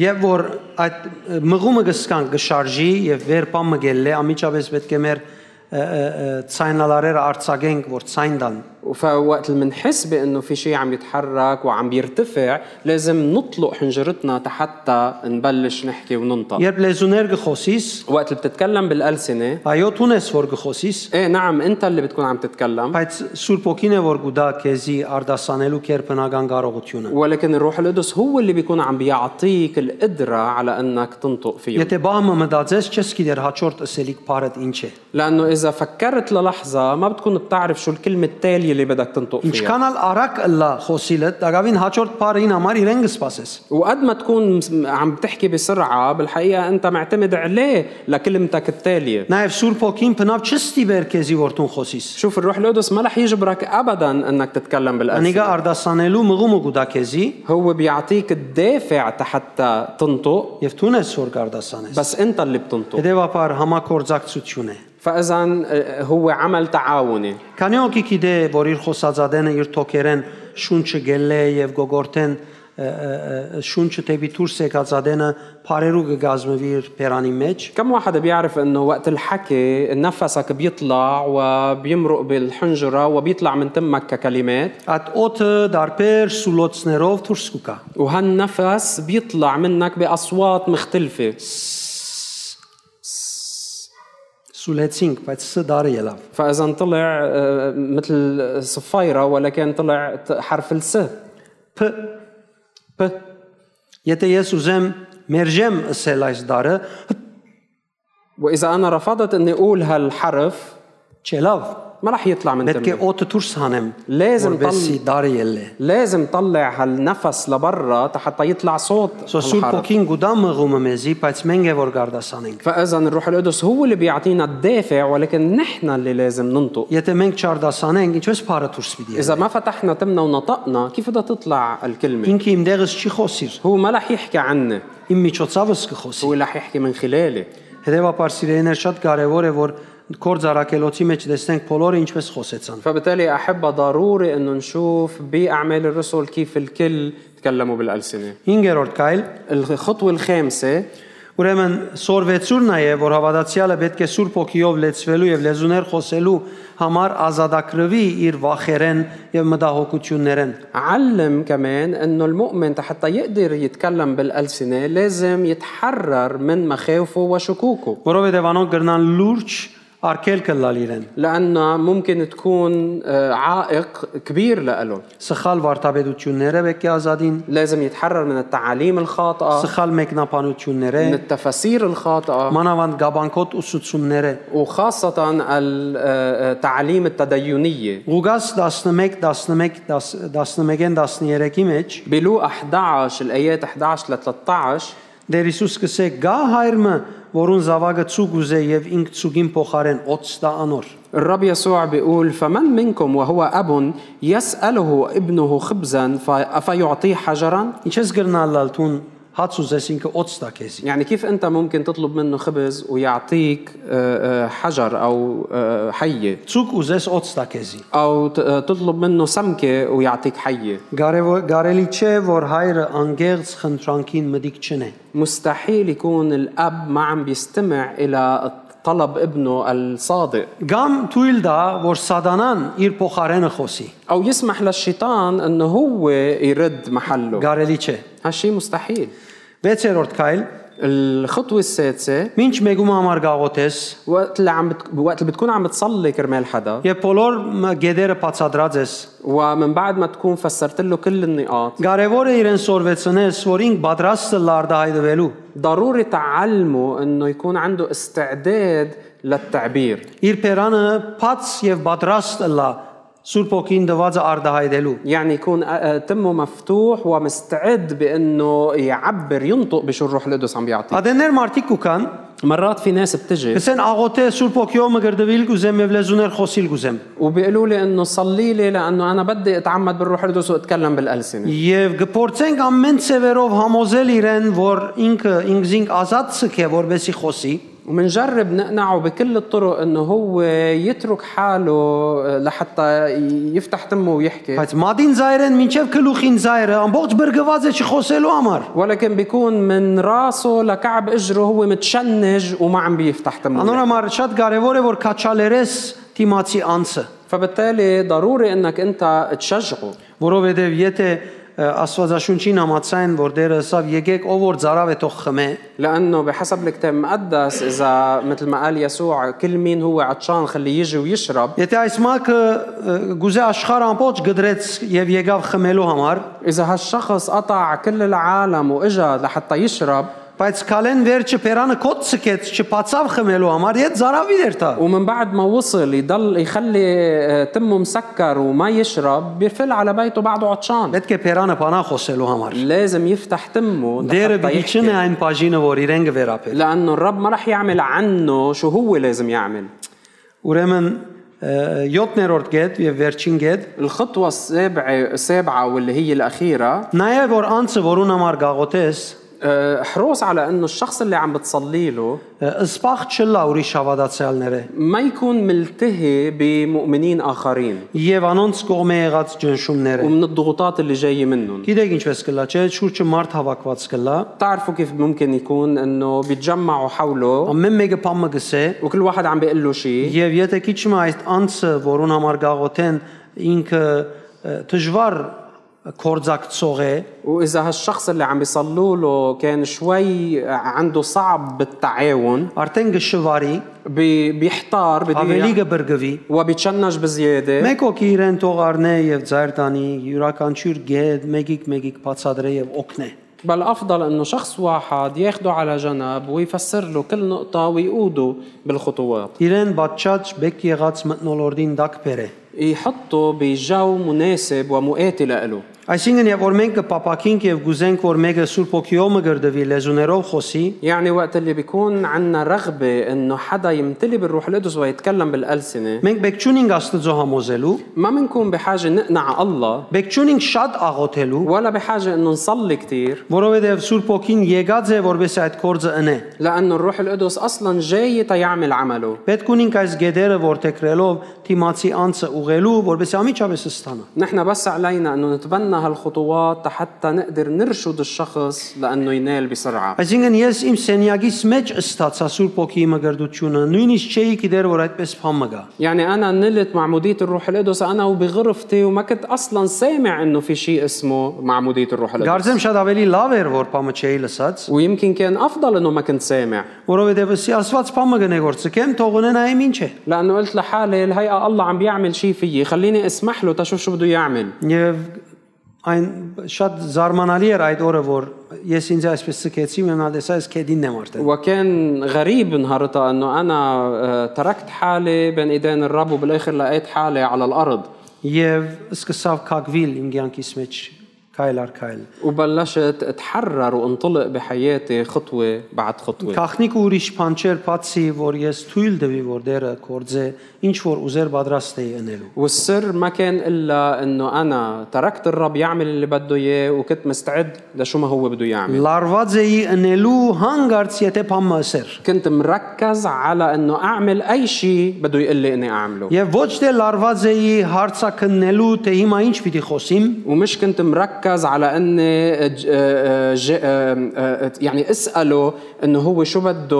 Եվ որ այդ մղումը գսկան գշարժի եւ վերբամ մգելլե ամիջապես պետք է մեր ը, ը, ը, ցայնալարերը արցագենք որ ցայն դան։ فوقت اللي بنحس بانه في شيء عم يتحرك وعم بيرتفع لازم نطلق حنجرتنا حتى نبلش نحكي وننطق Երբ լեզուներ գխոսիս, وقت اللي بتتكلم بالالسنه այո տունես որ գխոսիս, ايه نعم انت اللي بتكون عم تتكلم Բայց Սուրբ ոգին է որ գուտա քեզի արդասանելու կերպնական կարողությունը։ ولكن الروح القدس هو اللي بيكون عم بيعطيك القدره على انك تنطق فيه Եթե բամը մտածես, չես գիտեր հաջորդ ասելիք բարդ ինչ է։ لانه اذا فكرت للحظه ما بتكون بتعرف شو الكلمه التاليه اللي بدك تنطق فيها Ինչքանալ արագ լա խոսիլը, դակավին հաջորդ բարին համար իրեն կսպասես։ وقد ما تكون مس- عم بتحكي بسرعه بالحقيقه انت معتمد عليه لكلمتك التاليه Նաև Սուրբ ոգին բնավ չստիվեր քեզի որտուն խոսիս։ شوف الروح القدس ما رح يجبرك ابدا انك تتكلم Անիկա بالالسنه արդասանելու մղումը գուտա քեզի هو بيعطيك الدافع حتى تنطق եւ տունես որ կարդասանես։ بس انت اللي بتنطق Հետևաբար համակորձակցություն է։ فاذا هو عمل تعاوني Քանի օքի գիտե, որ իր խոսածադենը իր թոքերեն շունչը գելե եւ գոգորտեն ը, ը, ը, շունչը դեպի դուրս եկած ադենը բարերու կգազմվի իր բերանի մեջ كم واحد بيعرف انه وقت الحكي نفسك بيطلع وبيمرق بالحنجره وبيطلع من تمك ككلمات այդ օթը դարբեր սուլոցներով դուրս կուկա وهالنفس بيطلع منك باصوات مختلفه սուլեցինք բայց ս դարը ելավ فاذا طلع آه، مثل صفيره ولكن طلع ت- حرف الس փ ب եթե ես ուզեմ մերժեմ ասել այս դարը واذا انا رفضت اني اقول هالحرف չելավ ما رح يطلع من պետք تمي է օթը դուրս հանեմ Լեզն որպեսի դարը ելե لازم طلع هالنفس لبرا حتى يطلع صوت սո սուրբ هالحرف. ոգին գուտա մղումը մեզի բայց մենք է որ գարդասանենք فاذا الروح القدس هو اللي بيعطينا الدافع ولكن نحن اللي لازم ننطق Եթե մենք չարդասանենք, ինչպես բարը դուրս պիտի։ اذا ما فتحنا تمنا ونطقنا كيف بدها تطلع الكلمه Ինքը իմ դերս չի խոսիր, هو ما رح يحكي عني իմ միջոցավս կխոսի։ هو رح يحكي من خلالي Հետևաբար սիրելիներ շատ կարևոր է որ կորձ առաքելոցի մեջ տեսնենք բոլորը ինչպես խոսեցան։ فبالتالي احبه ضروري انه نشوف باعمال الرسل كيف الكل تكلموا بالالسنه 5-րդ կայլ, الخطوه الخامسه ուրեմն սորվեցուրն է, որ հավատացյալը պետք է Սուրբ ոգիով լեցվելու եւ լեզուներ խոսելու համար ազատագրվի իր վախերեն եւ մտահոգություններեն։ علم كمان انه المؤمن حتى يقدر يتكلم بالالسنه لازم يتحرر من مخاوفه وشكوكه Որովհետեւ անոնք գրնան լուրջ արկել կլալ իրեն։ لانها ممكن تكون آه، عائق كبير لإله Սխալ վարտաբեդությունները պետք է ազատին, لازم يتحرر من التعاليم الخاطئه սխալ մեկնաբանությունները, من التفاسير الخاطئه մանավանդ գաբանկոտ ուսուցումները وخاصه ال- آه، آه، التعاليم التدينيه Ղուգաս 11 11 11-ին 13-ի մեջ بلوقا 11 الايات 11 ل 13 Դեր Հիսուս սկսե գա հայրը որուն զավակը ցուկ ուզե եւ ինք ցուկին փոխարեն օծ տա անոր الرب يسوع بيقول فمن منكم وهو اب يساله ابنه خبزا ف- افيعطيه حجرا ինչես գրնալալ տուն հաց ուզես ինքը օծ տա քեզի يعني كيف انت ممكن تطلب منه خبز ويعطيك آه، آه، حجر او آه، حيه ցուկ ուզես օծ տա քեզի او ت- آه، تطلب منه سمكه ويعطيك حيه Գարեվոր գարելի չէ որ հայրը անգեղծ խնդրանքին մտիկ չնե مستحيل يكون الاب ما عم بيستمع الى طلب ابنه الصادق գամ թույլ դա որ սատանան իր փոխարենը խոսի او يسمح للشيطان انه هو يرد محله գարելի չէ هالشي مستحيل 6-րդ քայլ الخطوه السادسه ինչ մեգում համար գաղոթես وقت اللي عم بت... وقت اللي بتكون عم تصلي كرمال حدا Եվ բոլոր մ- գեդերը բացադրած ես։ ومن بعد ما تكون فسرت له كل النقاط Կարևոր է իրեն սորվեցնես, որ ինք պատրաստ է լարդահայտվելու։ ضروري تعلمه انه يكون عنده استعداد للتعبير Իր բերանը բաց եւ պատրաստ է լա Սուրբ ոգին դվածը արդահայտելու։ يعني يكون آه، آه، تمه مفتوح ومستعد بانه يعبر ينطق بشو الروح القدس عم بيعطيه Ադեններ մարդիկ կան, مرات في ناس بتجي կսեն աղոթե Սուրբ ոգիով մը գրդվել գուզեմ եւ լեզուներ խոսիլ գուզեմ։ وبيقولوا لي انه صلي لي لانه انا بدي اتعمد بالروح القدس واتكلم بالالسنه Եվ գործենք ամեն ծևերով համոզել իրեն, որ ինքը ինքզինք ազատ ցկե, որբեսի խոսի։ ومنجرب نقنعه بكل الطرق انه هو يترك حاله آه، لحتى يفتح تمه ويحكي Բայց մադին զայրեն մինչև գլուխին զայրը ամբողջ բրգված է չխոսելու համար։ ولكن بيكون من راسه لكعب اجره هو متشنج وما عم بيفتح تمه Անորոմար շատ կարևոր է որ քաչալերես թիմացի անցը, فبالتالي ضروري انك انت تشجعه որովհետև եթե ը, Աստվածաշունչին համաձայն որ Դերը ասավ եկեք ով որ ծարավ է թող խմե, لانه بحسب الكتاب المقدس اذا مثل ما قال يسوع كل مين هو عطشان خليه يجي ويشرب եթե այս մակը ը, գուզե աշխարհ ամբողջ գդրեց եւ եկավ խմելու համար, اذا هالشخص قطع كل العالم واجا لحتى يشرب բայց կալեն վերջը բերանը կոծկեց, չբացավ խմելու համար, իդ ծարավի դեր տա։ ومن بعد ما وصل يضل يخلي آه، تمه مسكر وما يشرب بيفل على بيته بعده عطشان Պետք է բերանը բանա խոսելու համար։ لازم يفتح تمه Դերը لحتى يحكي. դիչն է այն բաժինը, որ իրեն գվերապել։ لانه الرب ما رح يعمل عنه شو هو لازم يعمل Ուրեմն 7-րդ գետ եւ վերջին գետ الخطوة السابعة السابعة واللي هي الأخيرة Նաև որ անցը որուն համար գաղոթես, آه، احرص على انه الشخص اللي عم بتصلي له Սպախ չլա ուրիշ հավատացյալները ما يكون ملتهي بمؤمنين اخرين եւ անոնց կողմե եղած ճնշումները։ ومن الضغوطات اللي جايه منهم Գիտեք ինչպես կլա, չէ՞, շուրջը մարդ հավաքված կլա, بتعرفوا كيف ممكن يكون انه بيتجمعوا حوله ամեն մեկը բամը գսե وكل واحد عم بيقول له شيء եւ եթե քիչմա այդ անցը, որուն համար գաղոթեն, ինքը ը, դժվար կորձակցող է, واذا هالشخص اللي عم بيصلوا له كان شوي عنده صعب بالتعاون արդեն գշվարի, بي- بيحتار ավելի بده գբրգվի։ وبيتشنج بزياده Մեկ օքի իրեն թողարնե եւ ձայր տանի յուրաքանչյուր գետ մեկիկ մեկիկ բացադրե եւ օգնե։ بل افضل انه شخص واحد ياخده على جنب ويفسر له كل نقطه ويقوده بالخطوات Իրեն բաճած բեք եղած մտնոլորդին դակ բերե։ يحطه بجو مناسب ومؤاتي له Այսինքն եւ որ մենք կպապակինք եւ գուզենք որ մեկը Սուրբ Օքիոմը գրդվի լեզուներով խոսի, يعني وقت اللي بيكون عنا رغبة إنه حدا يمتلي بالروح القدس ويتكلم بالألسنة մենք բեք չունենք Աստծո համոզելու, ما بنكون بحاجة نقنع الله բեք չունենք շատ աղոթելու, ولا بحاجة إنه نصلي كتير որովհետեւ Սուրբ Օքին եկած է որպես այդ կորձը ընե։ لأنه الروح القدس أصلا جاي تيعمل عمله Պետք ունենք այս գեդերը որթեքրելով թիմացի անձը ուղելու, որպես ամիջապես ստանա։ نحن بس علينا إنه نتبنى هالخطوات حتى نقدر نرشد الشخص لأنه ينال بسرعة Այսինքն ես իմ սենյակից մեջ ստացա Սուրբ Օքիի մգրդությունը, նույնիսկ չէի գիտեր որ այդպես փամը գա։ يعني أنا نلت معمودية الروح القدس أنا وبغرفتي وما كنت أصلا سامع إنه في شيء اسمه معمودية الروح القدس Գարձեմ շատ ավելի լավ էր որ փամը չէի լսած, ويمكن كان أفضل إنه ما كنت سامع որովհետեւ սի Աստված փամը գնեգործքեմ թողունեն այմ ինչ է։ لانه قلت لحالي الهيئه الله عم بيعمل شيء فيي خليني اسمح له تشوف شو بده يعمل Եվ այն շատ զարմանալի էր այդ օրը, որ ես ինձ այսպես սկեցի, մենա դեսա ես քեդինն եմ արդեն։ وكان غريب نهارتها انه انا آه، تركت حالي بين ايدين الرب وبالاخر لقيت حالي على الارض Եվ սկսավ քակվել իմ ցանկիս մեջ քայլ առ քայլ։ وبلشت اتحرر وانطلق بحياتي خطوه بعد خطوه Քախնիկ ու ուրիշ փանջեր բացի, որ ես թույլ դվի, որ դերը կործե, ինչ որ ուզեր պատրաստ էի ընելու։ والسر ما كان الا انه انا تركت الرب يعمل اللي بده اياه وكنت مستعد لشو ما هو بده يعمل Լարված էի ընելու հանգարց, եթե փամասեր։ كنت مركز على انه اعمل اي شيء بده يقول لي اني اعمله Եվ ոչ թե լարված էի հարցակննելու, թե հիմա ինչ պիտի խոսիմ, ومش كنت مركز على اني ج- آه، آه، ج- آه، آه، يعني اساله انه هو شو بده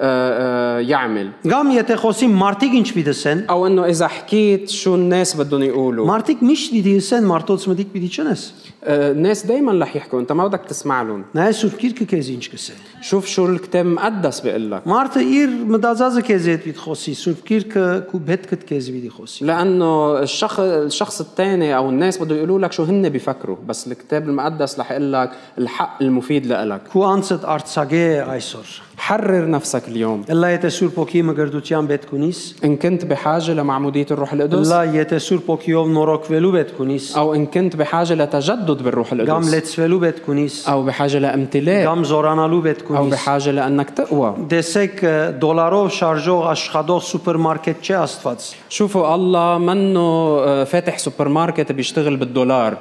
آه، آه، يعمل կամ եթե խոսիմ մարդիկ ինչ պիտի դսեն, او انه اذا حكيت شو الناس بدهم يقولوا Մարդիկ միշտ դիտի սեն մարդոց մտիկ պիտի չնես։ آه، الناس دائما رح يحكوا انت ما بدك تسمع لهم Նայես Սուրբ Գիրքը քեզ ինչ կսե։ شوف شو الكتاب المقدس بيقول لك Մարդը իր մտածածը քեզ հետ պիտի խոսի, Սուրբ Գիրքը քու պետքդ քեզ պիտի խոսի։ لانه الشخص الشخص الثاني او الناس بده يقولوا لك شو هن بيفكروا بس الكتاب المقدس رح يقول لك الحق المفيد لإلك Քու անցդ արցագե այսօր։ حرر نفسك اليوم Ելա եթե Սուրբ Օքի մգրդության պետք ունիս, ان كنت بحاجه لمعموديه الروح القدس ելա եթե Սուրբ Օքիով նորոգվելու պետք ունիս, او ان كنت بحاجه لتجدد بالروح կամ القدس լեցվելու պետք ունիս, او بحاجه لامتلاك կամ զորանալու պետք او ունիս։ بحاجه لانك تقوى Դեսեք ը, դոլարով շարժող աշխատող սուպերմարկետ չէ Աստված։ شوفوا الله منه آه، فاتح سوبر ماركت بيشتغل بالدولار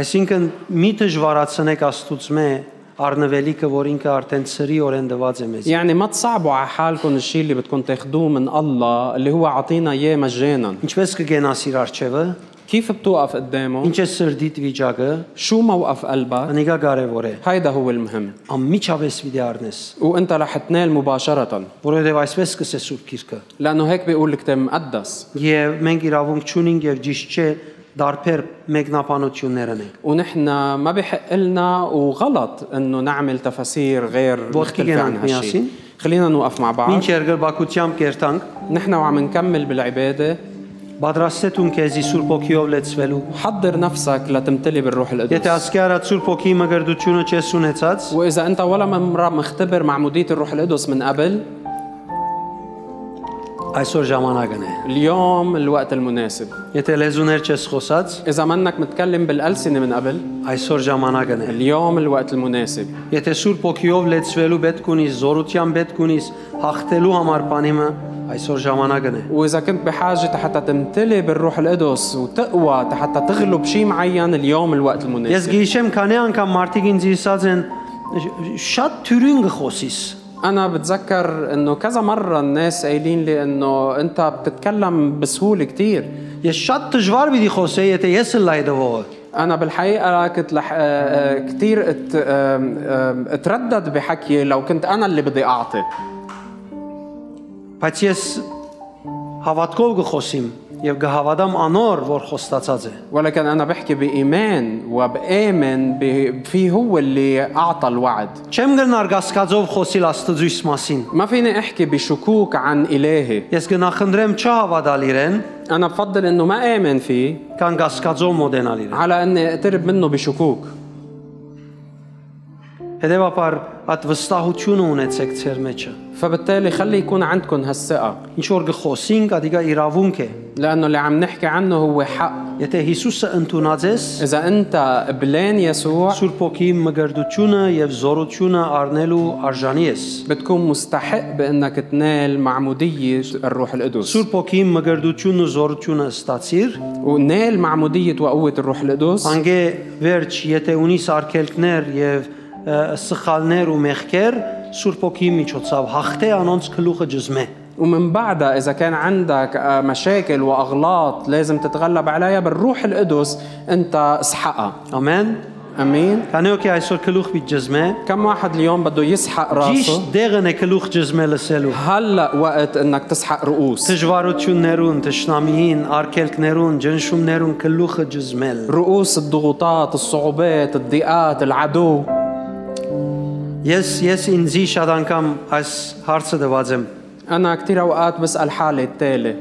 Այսինքն մի դժվարացնեք Աստուծո մե առնվելիքը, որ ինքը արդեն ծրի օրեն դված է մեզ։ يعني ما تصعبوا على حالكم الشيء اللي بدكم تاخذوه من الله اللي هو عطينا اياه مجانا Ինչպես կգենաս իր արջևը, كيف بتوقف قدامه ինչ է սրդիտ վիճակը, شو موقف قلبك անիկա կարևոր է։ هيدا هو المهم Անմիջապես պիտի առնես, وانت رح تنال مباشره որովհետև այսպես սկսես Սուրբ Գիրքը։ لانه هيك بيقول الكتاب المقدس Եվ մենք իրավունք չունենք եւ ճիշտ չէ դարբեր մեկնաբանություններ ունենք։ ونحن ما بحق لنا وغلط انه نعمل تفاسير غير مختلفه عن جنان هالشيء ياسين. خلينا نوقف مع بعض Ինչ երկրբակությամբ կերտանք, نحن وعم نكمل بالعباده պատրաստեցուն քեզի Սուրբ Օքիով լեցվելու։ حضر نفسك لتمتلي بالروح Եթե القدس ասկեարա Սուրբ Օքի մգրդությունը չես ունեցած, واذا انت ولا مره مختبر معموديه الروح القدس من قبل այսօր ժամանակն է։ اليوم الوقت المناسب Եթե լեզուներ չես խոսած, اذا منك متكلم بالالسنه من قبل այսօր ժամանակն է։ اليوم الوقت المناسب Եթե Սուրբ Օքիով լեցվելու պետք ունի զորության պետք ունի հաղթելու համար բանիմը, Այսօր ժամանակն է։ وإذا كنت بحاجة حتى تمتلي بالروح القدس وتقوى حتى تغلب شيء معين اليوم الوقت Ես المناسب գիշեմ քանի անգամ մարդիկ ինձ իսած են շատ թյուրին գխոսիս։ أنا بتذكر إنه كذا مرة الناس قايلين لي إنه أنت بتتكلم بسهولة كتير Ես շատ դժվար պիտի խոսեի, եթե ես էլ լայ դվողը։ أنا بالحقيقة كنت لح... آه، آه، كتير ات... آم، آم، اتردد بحكي لو كنت أنا اللي بدي أعطي Բայց ես հավատքով գխոսիմ եւ գհավադամ անոր, որ խոստացած է։ ولكن أنا بحكي بإيمان وبآمن ب... في هو اللي أعطى الوعد Չեմ գնար գասկածով խոսիլ Աստծո մասին։ ما فيني أحكي بشكوك عن إلهي Ես գնախնդրեմ չհավատալ իրեն, أنا بفضل إنه ما آمن فيه կան գասկածով մոդենալ իրեն։ على إني أقترب منه بشكوك Հետևաբար այդ վստահությունը ունեցեք ձեր մեջը։ فبالتالي خلي يكون عندكم هالثقة Ինչ որ գխոսինք, ադիգա իրավունք է։ لأنه اللي عم نحكي عنه هو حق Եթե Հիսուսը ընդունած ես, إذا أنت قبلان يسوع Սուրբ ոգի մգրդությունը եւ զորությունը առնելու արժանի ես։ بتكون مستحق بأنك تنال معمودية الروح القدس Սուրբ ոգի մգրդությունն ու զորությունը ստացիր, ونال معمودية وقوة الروح القدس անգե վերջ, եթե ունիս արկելքներ եւ ը, սխալներ ու մեղքեր, Սուրբ ոգի միջոցով հաղթե անոնց գլուխը ջզմե։ ومن بعدها إذا كان عندك آه، مشاكل وأغلاط لازم تتغلب عليها بالروح القدس أنت اسحقها Ամեն։ أمين Քանի օքի այսօր գլուխ մի ջզմե, كم واحد اليوم بده يسحق راسه ճիշտ դեղն է գլուխ ջզմե լսելու։ هلا وقت انك تسحق رؤوس Դժվարություններուն, ճշնամիին, արկելքներուն, ջնշումներուն գլուխը ջզմել։ رؤوس الضغوطات الصعوبات الضيقات العدو Ես ես ինձի շատ անգամ այս հարցը տված եմ։ أنا كتير أوقات بسأل حالي التالي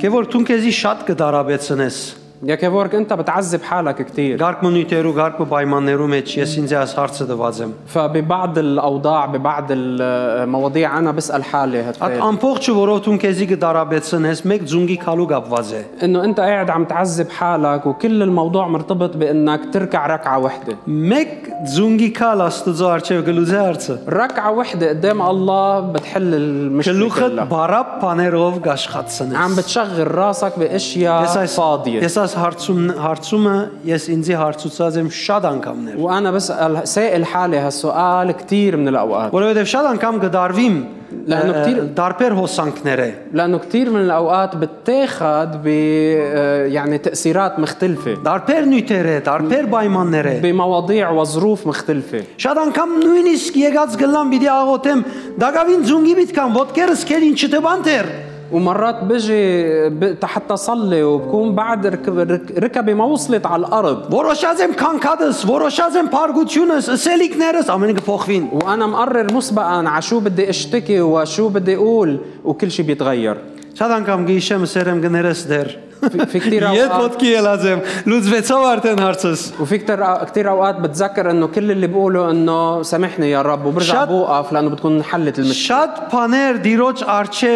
Քե որ դու քեզի շատ կդարաբեցնես։ يا كيفورك أنت بتعذب حالك كتير Գարկը նյութերու, գարկը պայմաններու մեջ ես ինձ այս հարցը տված եմ։ فببعض الأوضاع ببعض المواضيع أنا بسأل حالي Այդ هالتالي ամբողջը, որով դու քեզի կդարաբեցնես, մեկ ձունգի քալու կապված է։ إنه أنت قاعد عم تعذب حالك وكل الموضوع مرتبط بإنك تركع ركعة وحدة Մեկ ձունգի քալ Աստծո արչև գլուզե հարցը։ ركعة وحدة قدام الله بتحل المشكلة Գլուխը كلها բարապ բաներով عم գաշխատցնես։ بتشغل راسك Ես بأشياء այս فاضية ես այս հարցում հարցումը ես ինձի հարցուցած եմ շատ անգամներ։ وأنا بسأل سائل حالي هالسؤال كتير من الأوقات Որովհետև շատ անգամ կդարվիմ Լանո, ը, քտիր- դարբեր հոսանքներ է։ لانه كثير من الاوقات بتاخد ب آه، يعني تاثيرات مختلفه Դարբեր նյութեր է, դարբեր պայմաններ է։ بمواضيع وظروف مختلفه Շատ անգամ նույնիսկ եկած գլան պիտի աղոթեմ, դակավին ձունգի միտքան ոդկերս քեր ինչ տեբան դեր։ ومرات بجي ب- حتى صلي وبكون بعد ركب رك- ركبي ما وصلت على الارض Որոշած եմ քանքադս, որոշած եմ փարգությունս, սելիկներս ամենը կփոխվին։ وانا مقرر مسبقا على شو بدي اشتكي وشو بدي اقول وكل شيء بيتغير Շատ անգամ գիշեմ սերեմ գներս դեր։ في- في [laughs] كثير Ետ اوقات ոդկի ելած եմ, լուծվեցավ արդեն հարցս։ وفي كثير كثير اوقات بتذكر انه كل اللي بقوله انه سامحني يا رب وبرجع شاد- بوقف لانه بتكون انحلت المشكله Շատ բաներ դիրոջ արչև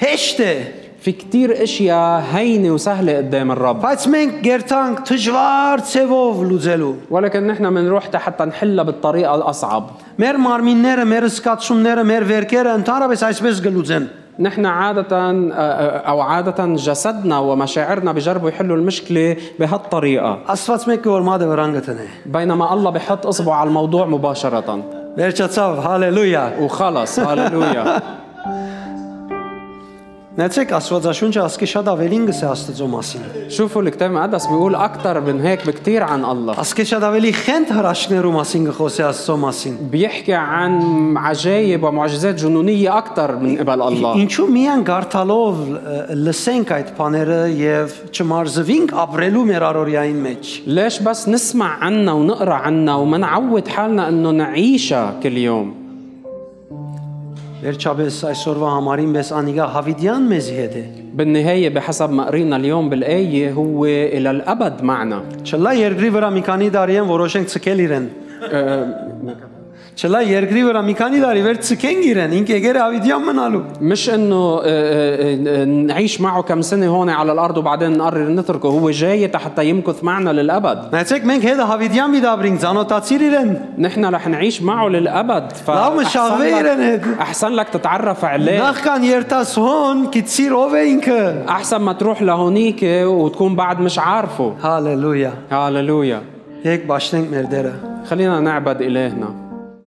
հեշտ է, في كثير اشياء هينه وسهله قدام الرب բայց մենք գերտանք դժվար ցևով լուծելու։ ولكن نحن بنروح حتى نحلها بالطريقة الأصعب Մեր մարմինները, մեր սկացումները, մեր վերքերը ընդհանրապես այսպես գլուծեն։ نحن عادة أو عادة جسدنا ومشاعرنا بجربوا يحلوا المشكلة بهالطريقة Աստված մեկը որ մադը վրան գտնե։ بينما الله بحط إصبعه على الموضوع مباشرة Վերջացավ, հալելույա։ وخلص هاللويا Նեցեք Աստվածաշունչը ասկի շատ ավելին գսե Աստծո մասին։ [laughs] شوفوا الكتاب المقدس بيقول أكثر من هيك بكتير عن الله Ասկի շատ ավելի խենթ հրաշքներու մասին գխոսի Աստծո մասին։ بيحكي عن عجائب ومعجزات جنونية أكثر من قبل الله [laughs] Ինչու միան գարթալով ը, լսենք այդ բաները եւ չմարզվինք ապրելու մեր առօրյային մեջ։ ليش بس نسمع عنها ونقرأ عنها وما نعود حالنا إنه نعيشها كل يوم Վերջապես այսօրվա համարին մեզ Անիգա Հավիդյան մեզ հետ է։ بالنهاية بحسب ما قرينا اليوم بالآية هو إلى الأبد معنا Չլա երկրի վրա մի քանի տարի են որոշենք ցկել իրեն։ أه، Չլա երկրի վրա մի քանի տարի վեր ցկեն իրեն, ինք եկեր ավիդյան մնալու։ مش انه آه، آه، آه، نعيش معه كم سنه هون على الارض وبعدين نقرر نتركه هو جاي حتى يمكث معنا للابد Նայեցեք մենք հետը հավիդյան միտաբրինք, ճանոթացիր իրեն։ نحن رح نعيش معه للابد ف لا، مش عارفين لك, أنا. احسن لك تتعرف عليه Նախքան երտասոն կիցիր ով է ինքը։ احسن ما تروح لهونيك وتكون بعد مش عارفه Հալելույա։ هاللويا Եկ ճաշենք մեր դերը։ خلينا نعبد الهنا